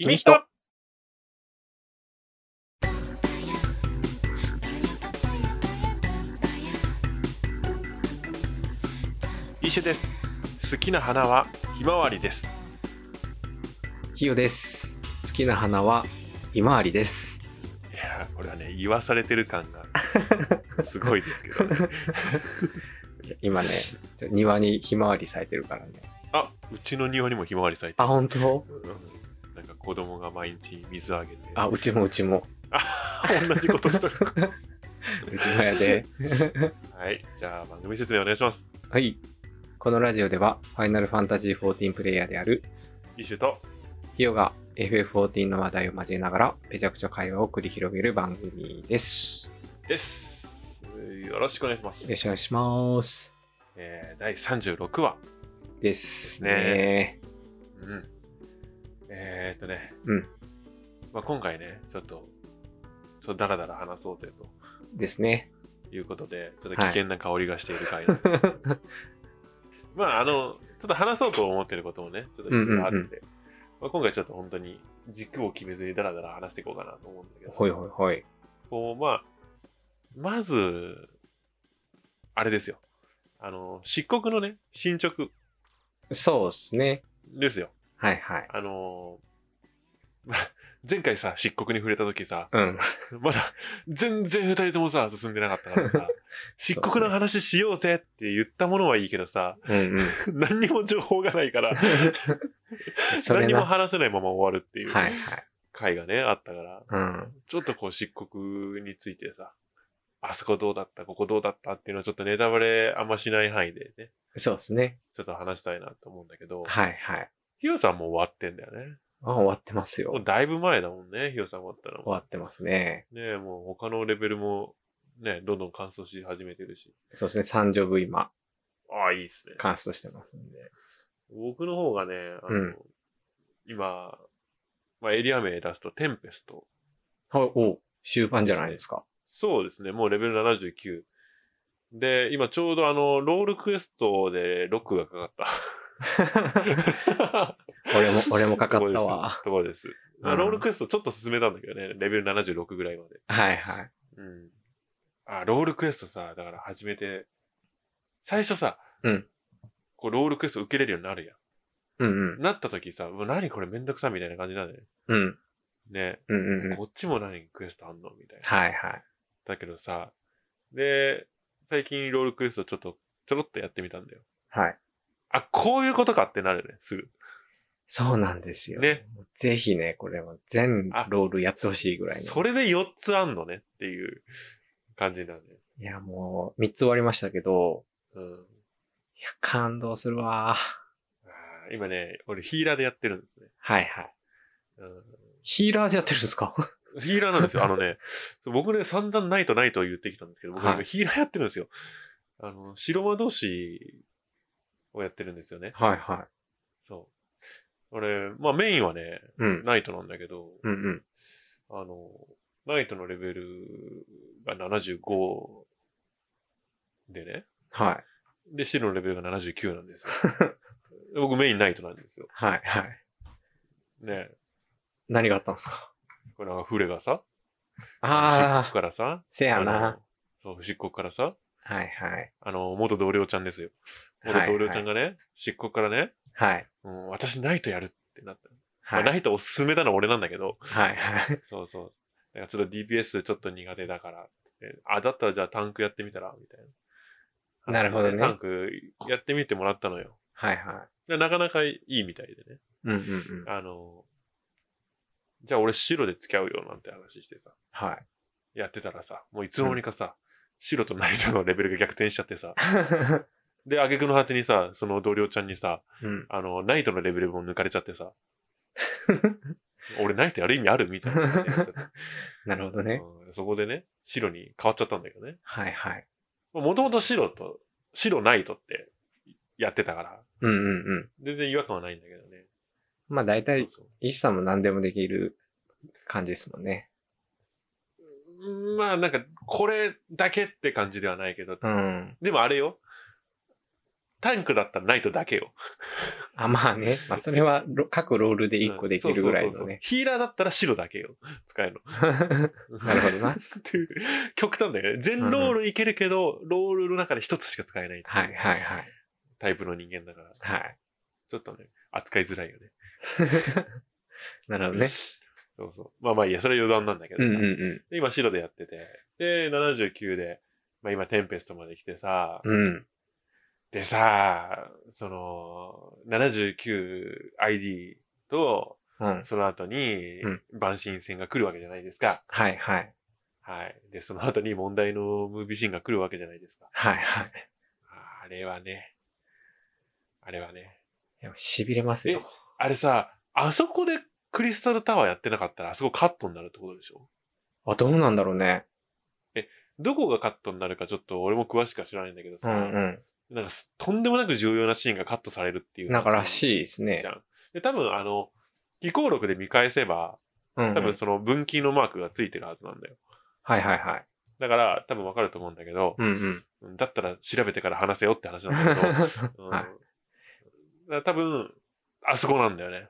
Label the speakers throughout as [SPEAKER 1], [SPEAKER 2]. [SPEAKER 1] 君と一緒です好きな花はひまわりです
[SPEAKER 2] ひよです。好きな花はひまわりです。
[SPEAKER 1] いやーこれはね言わされてる感がすごいですけど
[SPEAKER 2] 今ね、ちょ庭にひまわり咲いてるからね。
[SPEAKER 1] あうちの庭にもひまわり咲いて
[SPEAKER 2] あ、
[SPEAKER 1] る
[SPEAKER 2] 本当？
[SPEAKER 1] うんなんか子供が毎日水あげて
[SPEAKER 2] あ、うちもうちも。
[SPEAKER 1] あ同じことしとる
[SPEAKER 2] うちもやで。
[SPEAKER 1] はいじゃあ番組説明お願いします
[SPEAKER 2] はい。このラジオでは、ファイナルファンタジー14プレイヤーである
[SPEAKER 1] 一緒と
[SPEAKER 2] ひよが FF14 の話題を交えながら、めちゃくちゃ会話を繰り広げる番組です。
[SPEAKER 1] ですよろしくお願いします
[SPEAKER 2] よろしくお願いします。
[SPEAKER 1] えー、第36話、
[SPEAKER 2] ですね。
[SPEAKER 1] うん、えー、っとね、
[SPEAKER 2] うん
[SPEAKER 1] まあ、今回ねちょっとちょっとダラダラ話そうぜと
[SPEAKER 2] ですね。
[SPEAKER 1] いうことでちょっと
[SPEAKER 2] はい
[SPEAKER 1] 危険な香りがしている 回なんです、まああのちょっと話そうと思ってることもねちょっといろいろあって、
[SPEAKER 2] うんうん
[SPEAKER 1] まあ、今回ちょっと本当に軸を決めずにダラダラ話していこうかなと思うんだけど
[SPEAKER 2] ほいほいほい。
[SPEAKER 1] こうまあまずあれですよあの漆黒のね進捗
[SPEAKER 2] そうですね。
[SPEAKER 1] ですよ
[SPEAKER 2] はいはい。
[SPEAKER 1] あの ーま前回さ、漆黒に触れた時さ、
[SPEAKER 2] うん。
[SPEAKER 1] まだ全然二人ともさ、進んでなかったから さ、漆黒の話しようぜって言ったものはいいけどさ、
[SPEAKER 2] うんうん。
[SPEAKER 1] 何にも情報がないから、
[SPEAKER 2] それ
[SPEAKER 1] 何にも
[SPEAKER 2] な。は
[SPEAKER 1] 話せないまま終わるってい
[SPEAKER 2] いうはい。
[SPEAKER 1] 回がね、あったから、
[SPEAKER 2] うん。
[SPEAKER 1] ちょっとこう漆黒についてさ、あそこどうだった、ここどうだったっていうのはちょっとネタバレあんましない範囲でね、
[SPEAKER 2] そうですね。
[SPEAKER 1] ちょっと話したいなと思うんだけど、
[SPEAKER 2] はいはい。
[SPEAKER 1] ヒヨさんもう終わってんだよね。
[SPEAKER 2] あ、終わってますよ。
[SPEAKER 1] もう
[SPEAKER 2] 終
[SPEAKER 1] だいぶ前だもんね、ヒヨさん終わったのも。
[SPEAKER 2] わってますね。
[SPEAKER 1] ねえ、もう他のレベルもね、どんどん乾燥し始めてるし。
[SPEAKER 2] そうですね。三ジョブ今、
[SPEAKER 1] ああ、いいですね。
[SPEAKER 2] カンストしてますんで。
[SPEAKER 1] 僕の方がね、あの、
[SPEAKER 2] うん
[SPEAKER 1] 今、まあ、エリア名出すとテンペスト。
[SPEAKER 2] はい、お終盤じゃないですか。
[SPEAKER 1] そうですね、もうレベル79。で、今ちょうどあの、ロールクエストでロックがかかった。
[SPEAKER 2] 俺も、俺もかかったわ。
[SPEAKER 1] ところです。ところですまあ
[SPEAKER 2] うん
[SPEAKER 1] ロールクエストちょっと進めたんだけどね、レベル76ぐらいまで。
[SPEAKER 2] はいはい。
[SPEAKER 1] うん。あ、ロールクエストさ、だから始めて、最初さ、
[SPEAKER 2] うん
[SPEAKER 1] こう、ロールクエスト受けれるようになるや
[SPEAKER 2] うんうん
[SPEAKER 1] ん。。なった時さ、うわ何これめんどくさみたいな感じなんだよ
[SPEAKER 2] うん。
[SPEAKER 1] ね。
[SPEAKER 2] うんうんう
[SPEAKER 1] ね、
[SPEAKER 2] ん。
[SPEAKER 1] こっちも何クエストあんのみたいな。
[SPEAKER 2] はいはい。
[SPEAKER 1] だけどさ、で、最近ロールクエストちょっと、ちょろっとやってみたんだよ。
[SPEAKER 2] はい。
[SPEAKER 1] あ、こういうことかってなるね、すぐ。
[SPEAKER 2] そうなんですよ。
[SPEAKER 1] ね。
[SPEAKER 2] ぜひね、これは全ロールやってほしいぐらいの。
[SPEAKER 1] それで4つあんのねっていう感じなんだよ。
[SPEAKER 2] いや、もう、三つ終わりましたけど、
[SPEAKER 1] うん。
[SPEAKER 2] いや、感動するわ。
[SPEAKER 1] あー今ね、俺ヒーラーでやってるんですね。
[SPEAKER 2] はいはい。
[SPEAKER 1] うん
[SPEAKER 2] ヒーラーでやってるんですか
[SPEAKER 1] ヒーラーなん ですよ。あのね、そう僕ね、散々ないとないと言ってきたんですけど、僕、
[SPEAKER 2] は
[SPEAKER 1] 今
[SPEAKER 2] い
[SPEAKER 1] ヒーラーやってるんですよ。あの、白魔同士をやってるんですよね。
[SPEAKER 2] はいはい。
[SPEAKER 1] そう。俺、まあメインはね、
[SPEAKER 2] うん。
[SPEAKER 1] ナイトなんだけど、
[SPEAKER 2] うんうん。
[SPEAKER 1] あの、ナイトのレベルが75でね、
[SPEAKER 2] はい。
[SPEAKER 1] で、白のレベルが79なん ですよ。僕メインナイトなんですよ。
[SPEAKER 2] はいはい。
[SPEAKER 1] ね
[SPEAKER 2] 何があったんですか
[SPEAKER 1] これはフレがさ、漆
[SPEAKER 2] あ
[SPEAKER 1] 黒
[SPEAKER 2] あ、
[SPEAKER 1] からさ、
[SPEAKER 2] せや
[SPEAKER 1] あ
[SPEAKER 2] な
[SPEAKER 1] の。。そう、漆黒からさ、
[SPEAKER 2] はいはい。
[SPEAKER 1] あの、元同僚ちゃんですよ。元同僚ちゃんがね、漆黒からね、
[SPEAKER 2] はい。
[SPEAKER 1] うん、私ナイトやるってなった。
[SPEAKER 2] はい。
[SPEAKER 1] まあナイトおすすめなのは俺なんだけど、
[SPEAKER 2] はいはい。
[SPEAKER 1] そうそう。だからちょっと DPS ちょっと苦手だからって。あ、だったらじゃあタンクやってみたらみたいな。
[SPEAKER 2] なるほどね
[SPEAKER 1] タンクやってみてもらったのよ。
[SPEAKER 2] はいはい。
[SPEAKER 1] でなかなかいいみたいでね。
[SPEAKER 2] うんうんうん。
[SPEAKER 1] あの、じゃあ俺白で付き合うよなんて話してさ、
[SPEAKER 2] はい。
[SPEAKER 1] やってたらさ、もういつの間にかさ、白とナイトのレベルが逆転しちゃってさ、で、挙句の果てにさ、その同僚ちゃんにさ、
[SPEAKER 2] うん。
[SPEAKER 1] あの、ナイトのレベルも抜かれちゃってさ。俺ナイトやる意味あるみたいな感じになっちゃって。
[SPEAKER 2] なるほどね。
[SPEAKER 1] うんそこでね、白に変わっちゃったんだけどね。
[SPEAKER 2] はいはい。
[SPEAKER 1] もともと白と、白ナイトってやってたから、
[SPEAKER 2] うんうんうん。
[SPEAKER 1] 全然違和感はないんだけどね。
[SPEAKER 2] まあ大体、
[SPEAKER 1] そう
[SPEAKER 2] イシさんも何でもできる感じですもんね。
[SPEAKER 1] そううんまあなんか、これだけって感じではないけど、
[SPEAKER 2] うん。
[SPEAKER 1] でもあれよ。タンクだったらナイトだけよ。
[SPEAKER 2] あ、まあね。まあそれはロ各ロールで1個できるぐらい
[SPEAKER 1] そうそうそう
[SPEAKER 2] の
[SPEAKER 1] そう
[SPEAKER 2] ね。
[SPEAKER 1] ヒーラーだったら白だけよ。使える の。
[SPEAKER 2] なるほどな。
[SPEAKER 1] っていう極端だよね。全ロールいけるけど、ロールの中で一つしか使えないっていう
[SPEAKER 2] はいはいはい。
[SPEAKER 1] タイプの人間だから、
[SPEAKER 2] はい。
[SPEAKER 1] ちょっとね、扱いづらいよね。
[SPEAKER 2] なるほどね。
[SPEAKER 1] そうそう。まあまあいいや、それは余談なんだけど
[SPEAKER 2] う
[SPEAKER 1] さ
[SPEAKER 2] んうんう
[SPEAKER 1] で今白でやってて、で、79で、まあ今テンペストまで来てさ、
[SPEAKER 2] ん。うん。
[SPEAKER 1] でさ、その、79ID と、
[SPEAKER 2] うん。
[SPEAKER 1] その後に
[SPEAKER 2] うん、
[SPEAKER 1] 万神戦が来るわけじゃないですか。
[SPEAKER 2] はいはい。
[SPEAKER 1] はい。で、その後に問題のムービーシーンが来るわけじゃないですか。
[SPEAKER 2] はいはい。
[SPEAKER 1] あれはね。あれはね。
[SPEAKER 2] でも痺れますよ。
[SPEAKER 1] あれさ、あそこでクリスタルタワーやってなかったら、あそこカットになるってことでしょ
[SPEAKER 2] あ、どうなんだろうね。
[SPEAKER 1] どこがカットになるかちょっと俺も詳しくは知らないんだけど
[SPEAKER 2] う
[SPEAKER 1] さ、
[SPEAKER 2] ん
[SPEAKER 1] なんかすとんでもなく重要なシーンがカットされるっていうう。
[SPEAKER 2] ん。なんからしいですね
[SPEAKER 1] じゃ。ん。で、多分あの、記項録で見返せば、
[SPEAKER 2] うん、う
[SPEAKER 1] 多分
[SPEAKER 2] ん。
[SPEAKER 1] その分岐のマークがついてるはずなんだよ。
[SPEAKER 2] はいはいはい。
[SPEAKER 1] だから多分わかると思うんだけど、
[SPEAKER 2] うんうん。
[SPEAKER 1] だったら調べてから話せよって話なんだけど、うん
[SPEAKER 2] はい
[SPEAKER 1] だから多分、あそこなんだよね。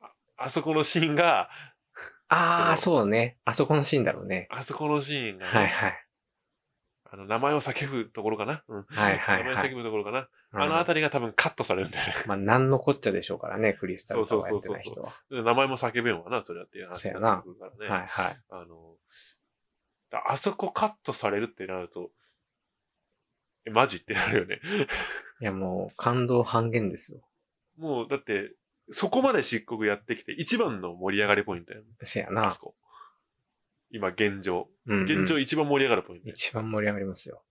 [SPEAKER 1] ああそこのシーンが、
[SPEAKER 2] ああ、
[SPEAKER 1] そ
[SPEAKER 2] そうね。あそこのシーンだろうね。
[SPEAKER 1] あそこのシーンがね、
[SPEAKER 2] はいはい。
[SPEAKER 1] あの名前を叫ぶところかな。うん
[SPEAKER 2] はいはい
[SPEAKER 1] 名
[SPEAKER 2] は
[SPEAKER 1] 前
[SPEAKER 2] い
[SPEAKER 1] を。叫ぶところかな。
[SPEAKER 2] うん
[SPEAKER 1] あのあたりが多分カットされるんだよね。
[SPEAKER 2] まあ、なんのこっちゃでしょうからね、クリスタルタワーやってない人は。
[SPEAKER 1] 名前も叫べんわな、それはっていう話になってくるからね。
[SPEAKER 2] はいはい。
[SPEAKER 1] あの、だあそこカットされるってなると、え、マジってなるよね。
[SPEAKER 2] いや、もう、感動半減ですよ。
[SPEAKER 1] もう、だって、そこまで漆黒やってきて、一番の盛り上がりポイントやん。
[SPEAKER 2] せや
[SPEAKER 1] あ
[SPEAKER 2] な
[SPEAKER 1] そ。こ。今、現状。
[SPEAKER 2] うんうん
[SPEAKER 1] 現状一番盛り上がるポイントやん、
[SPEAKER 2] 一番盛り上がりますよ。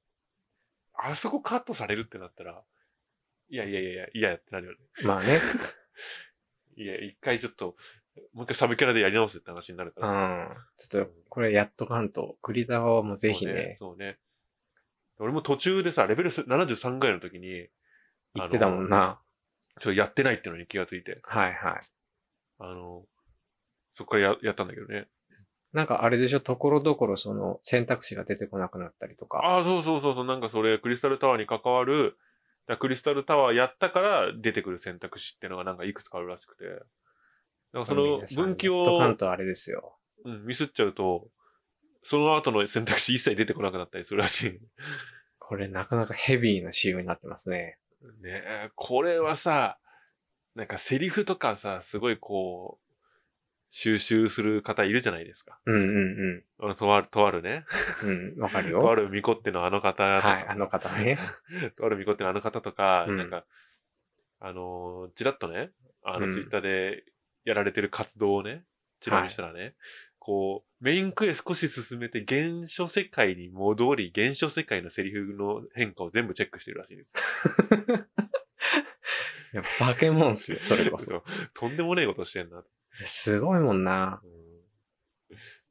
[SPEAKER 1] あそこカットされるってなったら、いやいやいやいや、いやってなるよね。
[SPEAKER 2] ま あね。
[SPEAKER 1] いや、一回ちょっと、もう一回サブキャラでやり直せって話になるか
[SPEAKER 2] う
[SPEAKER 1] らさ。
[SPEAKER 2] ん。ちょっと、これやっとかんと、クリタワはもうぜひね、
[SPEAKER 1] そうね。そうね俺も途中でさ、レベル73ぐらいの時に、
[SPEAKER 2] 言ってたもんな。
[SPEAKER 1] ちょっとやってないってのに気がついて、
[SPEAKER 2] はいはい。
[SPEAKER 1] あの、そっからややったんだけどね。
[SPEAKER 2] なんかあれでしょ、ところどころその選択肢が出てこなくなったりとか。
[SPEAKER 1] ああ、そうそうそうそう、なんかそれ、クリスタルタワーに関わる、だからクリスタルタワーやったから出てくる選択肢っていうのがなんかいくつかあるらしくて、なんかその
[SPEAKER 2] 皆さん
[SPEAKER 1] 分岐
[SPEAKER 2] やっとかん
[SPEAKER 1] を、
[SPEAKER 2] とあれですよ。
[SPEAKER 1] うん、ミスっちゃうと、その後の選択肢一切出てこなくなったりするらしい。
[SPEAKER 2] これなかなかヘビーな仕様になってますね。
[SPEAKER 1] ねえ、これはさ、なんかセリフとかさ、すごいこう、収集する方いるじゃないですか。
[SPEAKER 2] うんうん
[SPEAKER 1] あの、とある、とあるね。
[SPEAKER 2] うん。うん、わかるよ。
[SPEAKER 1] とある巫女ってのあの方とかさ
[SPEAKER 2] はい、あの方ね。
[SPEAKER 1] とある巫女ってのあの方とか、
[SPEAKER 2] うん
[SPEAKER 1] なんか、あのーちらっとね、あ
[SPEAKER 2] う
[SPEAKER 1] の、
[SPEAKER 2] ん
[SPEAKER 1] ツイッターでやられてる活動をね、ちら見したらね、こう、メインクエ少し進めて、原初世界に戻り、原初世界のセリフの変化を全部チェックしてるらしいんですよ。
[SPEAKER 2] いや、化け物っすよ、それこそ。
[SPEAKER 1] そう とんでもねえことしてんな。
[SPEAKER 2] すごいもんな。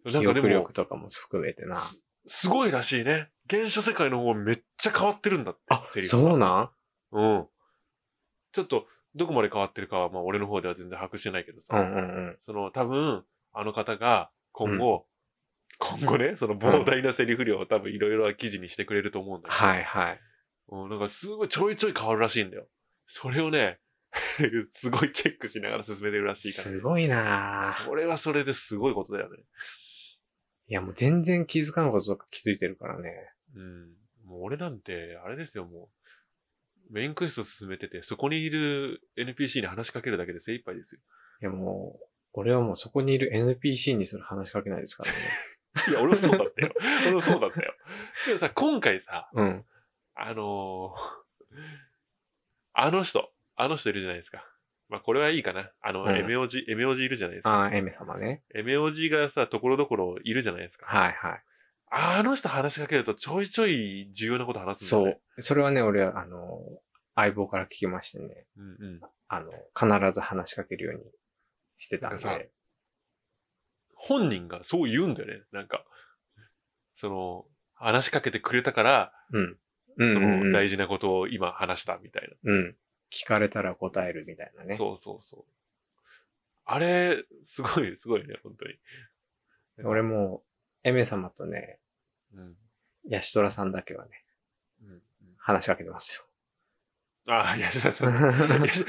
[SPEAKER 1] うん、なん
[SPEAKER 2] 記
[SPEAKER 1] かでも
[SPEAKER 2] 憶力、とかも含めてな。
[SPEAKER 1] すごいらしいね。原初世界の方めっちゃ変わってるんだって。
[SPEAKER 2] あ、
[SPEAKER 1] セリフが
[SPEAKER 2] そうなん
[SPEAKER 1] うん。ちょっと、どこまで変わってるかは、まあ、俺の方では全然把握してないけどさ、
[SPEAKER 2] うんうんうん。
[SPEAKER 1] その、多分、あの方が、今後、今後ね、その膨大なセリフ量を多分いろいろ記事にしてくれると思うんだけど、
[SPEAKER 2] はいはい。
[SPEAKER 1] うん、なんかすごいちょいちょい変わるらしいんだよ。それをね、 すごいチェックしながら進めてるらしいか
[SPEAKER 2] すごい
[SPEAKER 1] ら。
[SPEAKER 2] なぁ
[SPEAKER 1] それはそれですごいことだよね。
[SPEAKER 2] いや、もう全然気づかんこととか気づいてるからね。
[SPEAKER 1] うん。もう俺なんて、あれですよ、もう。メインクエスト進めてて、そこにいる NPC に話しかけるだけで精一杯ですよ。
[SPEAKER 2] いや、もう、俺はもうそこにいる NPC にすら話しかけないですからね。
[SPEAKER 1] いや、俺もそうだ ったよ。俺もそうだったよ。でもさ、今回さ、
[SPEAKER 2] うん。
[SPEAKER 1] あのー あの人、あの人いるじゃないですか。まあ、これはいいかな。あの、
[SPEAKER 2] うん
[SPEAKER 1] エメオジ、エメオジいるじゃないですか。
[SPEAKER 2] ああ、エメ様ね。
[SPEAKER 1] エメオジがさ、ところどころいるじゃないですか。
[SPEAKER 2] はいはい。
[SPEAKER 1] あの人話しかけるとちょいちょい重要なこと話すんだよ
[SPEAKER 2] そう
[SPEAKER 1] ね。。
[SPEAKER 2] それはね、俺は、あの、相棒から聞きましてね、
[SPEAKER 1] そう。うんうん。
[SPEAKER 2] あの、必ず話しかけるようにしてたん
[SPEAKER 1] なんかさ
[SPEAKER 2] で。
[SPEAKER 1] 本人がそう言うんだよね。なんか、その、話しかけてくれたから、
[SPEAKER 2] うん。う
[SPEAKER 1] そ
[SPEAKER 2] んうん
[SPEAKER 1] の
[SPEAKER 2] うん、
[SPEAKER 1] 大事なことを今話したみたいな。
[SPEAKER 2] うん。聞かれたら答えるみたいなね。
[SPEAKER 1] そうそうそう。あれ、すごい、すごいね、本当に。
[SPEAKER 2] 俺も、エメ様とね、
[SPEAKER 1] うん。
[SPEAKER 2] ヤシトラさんだけはね、
[SPEAKER 1] うんうん
[SPEAKER 2] 話しかけてますよ。
[SPEAKER 1] ああ、安田 さん。
[SPEAKER 2] う
[SPEAKER 1] 安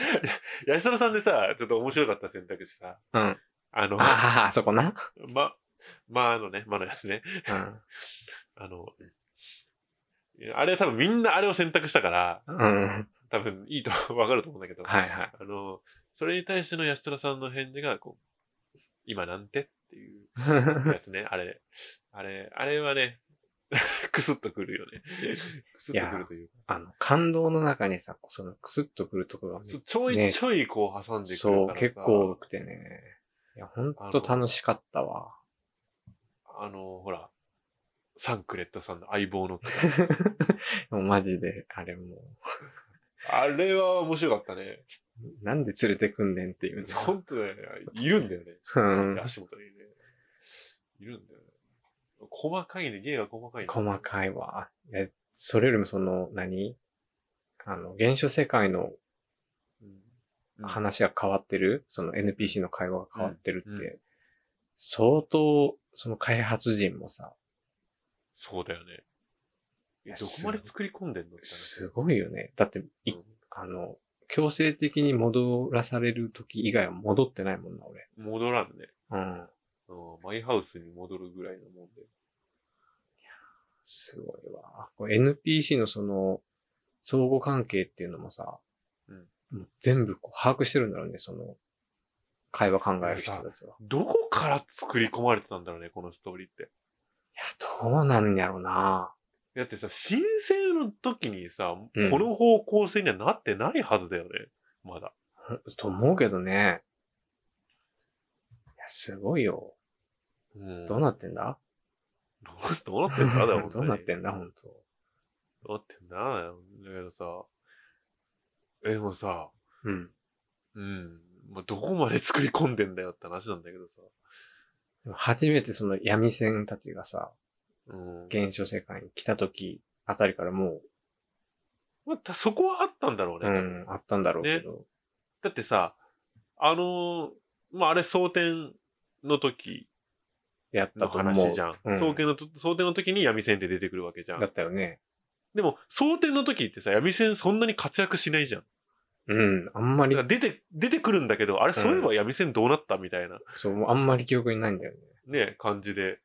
[SPEAKER 1] 安田さんでさ、ちょっと面白かった選択肢さ、
[SPEAKER 2] ん。
[SPEAKER 1] あの、
[SPEAKER 2] ああ、そこな。
[SPEAKER 1] ま、まあのね、まのやつね。
[SPEAKER 2] うん。
[SPEAKER 1] あの、いやあれは多分みんなあれを選択したから、
[SPEAKER 2] うん。
[SPEAKER 1] 多分いいと わかると思うんだけど、
[SPEAKER 2] はいはい。
[SPEAKER 1] あの、それに対しての安田さんの返事が、こう、今なんてっていうやつね、あれ。あれ、あれはね、 くすっとくるよ ね。くすっとくるというか。
[SPEAKER 2] あの、感動の中にさ、そのクスッとくるとこがめっ
[SPEAKER 1] そうちょいちょいこう挟んでく
[SPEAKER 2] そ
[SPEAKER 1] る
[SPEAKER 2] う
[SPEAKER 1] か、らさ、
[SPEAKER 2] 結構多くてね。いや、ほんと楽しかったわ。
[SPEAKER 1] あの、ほら、サンクレットさんの相棒の歌。
[SPEAKER 2] もうマジで、あれも
[SPEAKER 1] あれは面白かったね。
[SPEAKER 2] う、なんで連れてくんねんっていうね。
[SPEAKER 1] 本当だよね。いるんだよね。
[SPEAKER 2] うん
[SPEAKER 1] 足元にね。いるんだよね。細かいね。芸が細かいね。
[SPEAKER 2] 細かいわ。え、それよりもその、何あの、原初世界の
[SPEAKER 1] うん。
[SPEAKER 2] 話が変わってる、その NPC の会話が変わってるって、
[SPEAKER 1] うんう
[SPEAKER 2] 相当、その開発陣もさ、
[SPEAKER 1] そうだよね。
[SPEAKER 2] い
[SPEAKER 1] え
[SPEAKER 2] や
[SPEAKER 1] どこまで作り込んでんのって話
[SPEAKER 2] すごいよね。だって、いあの、強制的に戻らされる時以外は戻ってないもんな、俺。
[SPEAKER 1] うん戻らんね。
[SPEAKER 2] うん。
[SPEAKER 1] うんマイハウスに戻るぐらいのもんで。
[SPEAKER 2] すごいわ。これ NPC のその、相互関係っていうのもさ、
[SPEAKER 1] うん
[SPEAKER 2] もう全部こう把握してるんだろうね、その、会話考える人たちは。
[SPEAKER 1] どこから作り込まれてたんだろうね、このストーリーって。
[SPEAKER 2] いや、どうなんやろうな。
[SPEAKER 1] だってさ、申請の時にさ、
[SPEAKER 2] うん
[SPEAKER 1] この方向性にはなってないはずだよね。まだ。
[SPEAKER 2] ほんと思うけどね。いや、すごいよ。
[SPEAKER 1] うん
[SPEAKER 2] どうなってんだ
[SPEAKER 1] どう どうなってんだだよ、本当
[SPEAKER 2] どう
[SPEAKER 1] に
[SPEAKER 2] なってんだ、ほんと。
[SPEAKER 1] どうなってんだだけどさ。え、でもさ、
[SPEAKER 2] うん。
[SPEAKER 1] うん。まあ、どこまで作り込んでんだよって話なんだけどさ。
[SPEAKER 2] でも初めてその闇戦たちがさ、
[SPEAKER 1] うん。
[SPEAKER 2] 現象世界に来た時あたりからも
[SPEAKER 1] まあたそこはあったんだろうね。
[SPEAKER 2] う、う
[SPEAKER 1] 多分
[SPEAKER 2] ん、あったんだろうけど。
[SPEAKER 1] だってさ、あのーまあ、あれ、蒼天の時
[SPEAKER 2] やっ
[SPEAKER 1] の
[SPEAKER 2] たと思う。
[SPEAKER 1] 話じゃん。
[SPEAKER 2] うん
[SPEAKER 1] 蒼天のと、蒼天の時に闇線って出てくるわけじゃ
[SPEAKER 2] だ
[SPEAKER 1] ん。
[SPEAKER 2] ったよね。
[SPEAKER 1] でも、蒼天の時ってさ、闇線そんなに活躍しないじゃん。
[SPEAKER 2] うん、あんま
[SPEAKER 1] だ
[SPEAKER 2] り
[SPEAKER 1] から、出て、出てくるんだけど、あれ、そういえば闇線どうなったみたいな、
[SPEAKER 2] そう、もうあんまり記憶にないんだよね。
[SPEAKER 1] ね、感じで、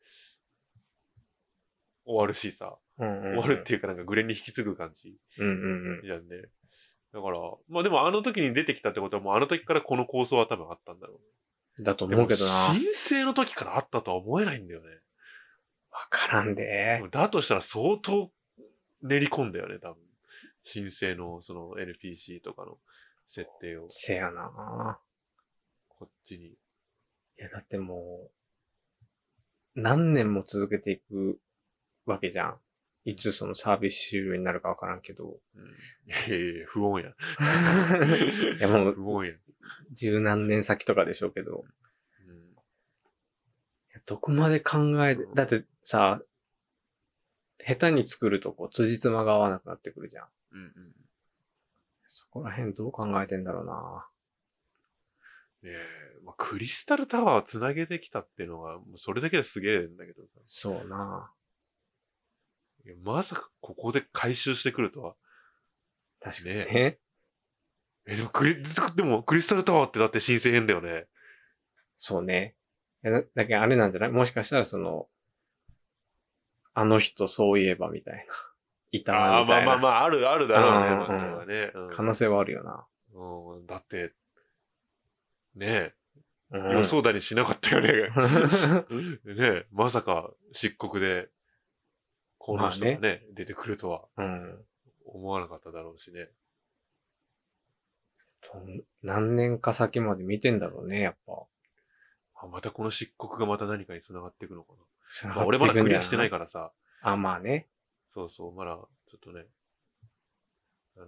[SPEAKER 1] 終わるしさ、
[SPEAKER 2] うん、うん。
[SPEAKER 1] 終わるっ。ていうかなんかグレに引き継ぐ感じ
[SPEAKER 2] うんうんうん。
[SPEAKER 1] じゃんね。だから、まあでもあの時に出てきたってことはもうあの時からこの構想は多分あったんだろう。
[SPEAKER 2] だと
[SPEAKER 1] で
[SPEAKER 2] 思
[SPEAKER 1] も
[SPEAKER 2] うけどな。わ
[SPEAKER 1] 申請の時からあったとは思えないんだよね。
[SPEAKER 2] からんで。
[SPEAKER 1] だとしたら相当練り込んだよね、多分。申請のその NPC とかの設定を
[SPEAKER 2] せやな。
[SPEAKER 1] こっちに。
[SPEAKER 2] いや、だってもう、何年も続けていくわけじゃん。いつそのサービス終了になるかわからん けど。
[SPEAKER 1] うん、いやいやいや不穏や。
[SPEAKER 2] いや、もう
[SPEAKER 1] 不穏や。
[SPEAKER 2] 十何年先とかでしょうけど。
[SPEAKER 1] うん
[SPEAKER 2] いやどこまで考えて、だってさ、下手に作るとこう、辻褄が合わなくなってくるじゃん。
[SPEAKER 1] うんうん
[SPEAKER 2] そこら辺どう考えてんだろうな。
[SPEAKER 1] ねえ、まあ、クリスタルタワーをつなげてきたっていうのが、もうそれだけですげえんだけどさ。
[SPEAKER 2] そうな。
[SPEAKER 1] いやまさかここで回収してくるとは。
[SPEAKER 2] 確かに
[SPEAKER 1] ねえ。
[SPEAKER 2] ね。
[SPEAKER 1] え、でもクリ、でもクリスタルタワーってだって申請編だよね。
[SPEAKER 2] そうね。いやだだけどあれなんじゃないもしかしたらその、あの人そういえばみたいな。 いた
[SPEAKER 1] あ
[SPEAKER 2] な
[SPEAKER 1] あ、
[SPEAKER 2] みた
[SPEAKER 1] まあ
[SPEAKER 2] い
[SPEAKER 1] まあ
[SPEAKER 2] な
[SPEAKER 1] まあ、ある、あるだろうね。
[SPEAKER 2] うん
[SPEAKER 1] まあそれはね。うん
[SPEAKER 2] 可能性はあるよな。
[SPEAKER 1] うん、だって、ね
[SPEAKER 2] う
[SPEAKER 1] え、
[SPEAKER 2] ん
[SPEAKER 1] 予想だにしなかったよね。
[SPEAKER 2] う
[SPEAKER 1] ねえ、まさか漆黒で、この人がね、出てくるとは
[SPEAKER 2] ん。
[SPEAKER 1] 思わなかっただろうしね。
[SPEAKER 2] と何年か先まで見てんだろうね、やっぱ。
[SPEAKER 1] あまたこの漆黒がまた何かに繋がっていくのか
[SPEAKER 2] つな
[SPEAKER 1] な。
[SPEAKER 2] が
[SPEAKER 1] まあ、俺まだクリアしてない
[SPEAKER 2] か
[SPEAKER 1] からさ、
[SPEAKER 2] ら。あ、まあね。
[SPEAKER 1] そうそう、まだ、ちょっとね、あの、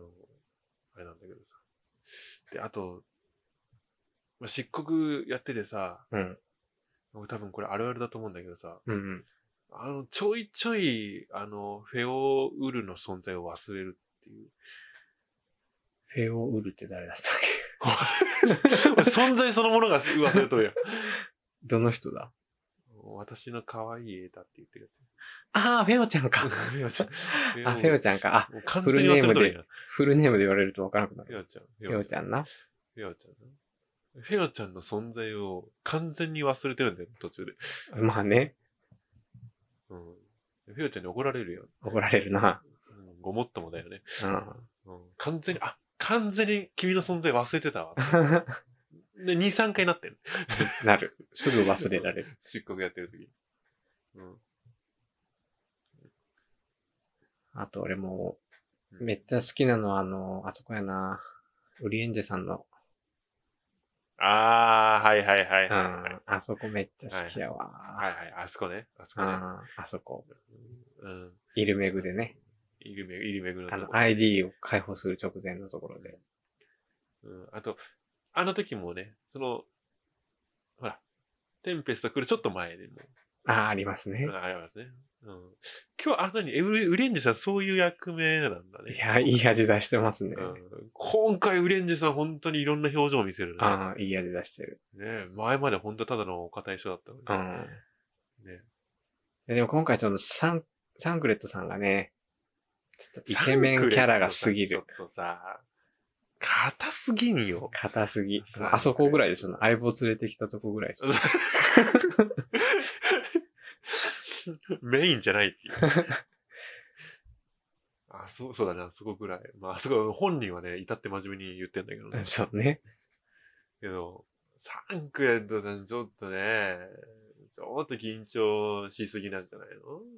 [SPEAKER 1] あれなんだけどさ。で、あと、まあ、漆黒やっててさ、
[SPEAKER 2] うん。
[SPEAKER 1] 俺多分これあるあるだと思うんだけどさ、
[SPEAKER 2] うんうん。
[SPEAKER 1] あの、ちょいちょい、あの、フェオウルの存在を忘れるっていう。
[SPEAKER 2] フェオウルって誰だったっけ
[SPEAKER 1] 存在そのものが忘れとるやん。
[SPEAKER 2] どの人だ
[SPEAKER 1] 私の可愛い絵だって言ってる
[SPEAKER 2] ああ、フェオちゃんか
[SPEAKER 1] やつ。。フェオちゃん。
[SPEAKER 2] あ、フェオちゃんか。あ、
[SPEAKER 1] もう完全に忘れとるやん。
[SPEAKER 2] フルネームで言われるとわからなくなる。
[SPEAKER 1] フェオちゃん。
[SPEAKER 2] フェオちゃんな。
[SPEAKER 1] フェオちゃん。フェオちゃんの存在を完全に忘れてるんだよ、途中で。
[SPEAKER 2] まあね、
[SPEAKER 1] うん。フェオちゃんに怒られるよ。
[SPEAKER 2] 怒られるな。
[SPEAKER 1] うんごもっともだよね。
[SPEAKER 2] うん。
[SPEAKER 1] うん。完全に、あ、完全に君の存在忘れてたわ。で、2、3回なってる。
[SPEAKER 2] なる。すぐ忘れられる。
[SPEAKER 1] 出国やってる時うん。
[SPEAKER 2] あと俺も、
[SPEAKER 1] うん
[SPEAKER 2] めっちゃ好きなのはあの、あそこやな。ウリエンジェさんの、
[SPEAKER 1] あー、はいはいはいうはいはい。
[SPEAKER 2] ん、あそこめっちゃ好きやわ。
[SPEAKER 1] はいはい、あそこね。あそこ
[SPEAKER 2] う
[SPEAKER 1] ね。
[SPEAKER 2] ん、あそこ、
[SPEAKER 1] うん。
[SPEAKER 2] イルメグでね、
[SPEAKER 1] イルメ、イルメグの
[SPEAKER 2] あ
[SPEAKER 1] とこ
[SPEAKER 2] の ID を解放する直前のところで。
[SPEAKER 1] うん。あと、あの時もね、その、ほら、テンペスト来るちょっと前でも、
[SPEAKER 2] ああ、ありますね
[SPEAKER 1] うん。ありますね。うん。今日、あ、なに、えウレウレンジさんそういう役目なんだね。
[SPEAKER 2] いや、いい味出してますね。
[SPEAKER 1] うん今回、ウレンジさん、本当にいろんな表情を見せるね。
[SPEAKER 2] ああ、いい味出してる。
[SPEAKER 1] ねえ前まで本当ただのお堅い人だったのに。
[SPEAKER 2] うん。
[SPEAKER 1] ね
[SPEAKER 2] ででも今回そのサン、サンクレットさんがね、ちょっとイケメンキャラがすぎる。。
[SPEAKER 1] ちょっとさ、硬すぎん よ。
[SPEAKER 2] 硬すぎ
[SPEAKER 1] サンクレッ。ト
[SPEAKER 2] あそこぐらいでしょ。相棒連れてきたとこぐらいです。
[SPEAKER 1] メインじゃないっていう。あ、そう、そうだな、そこぐらい。まあ、あそこ、本人はね、至って真面目に言ってんだけど ね。
[SPEAKER 2] そうね。
[SPEAKER 1] けど、サンクレットさん、ちょっとね、ちょっと緊張しすぎなんじゃないのね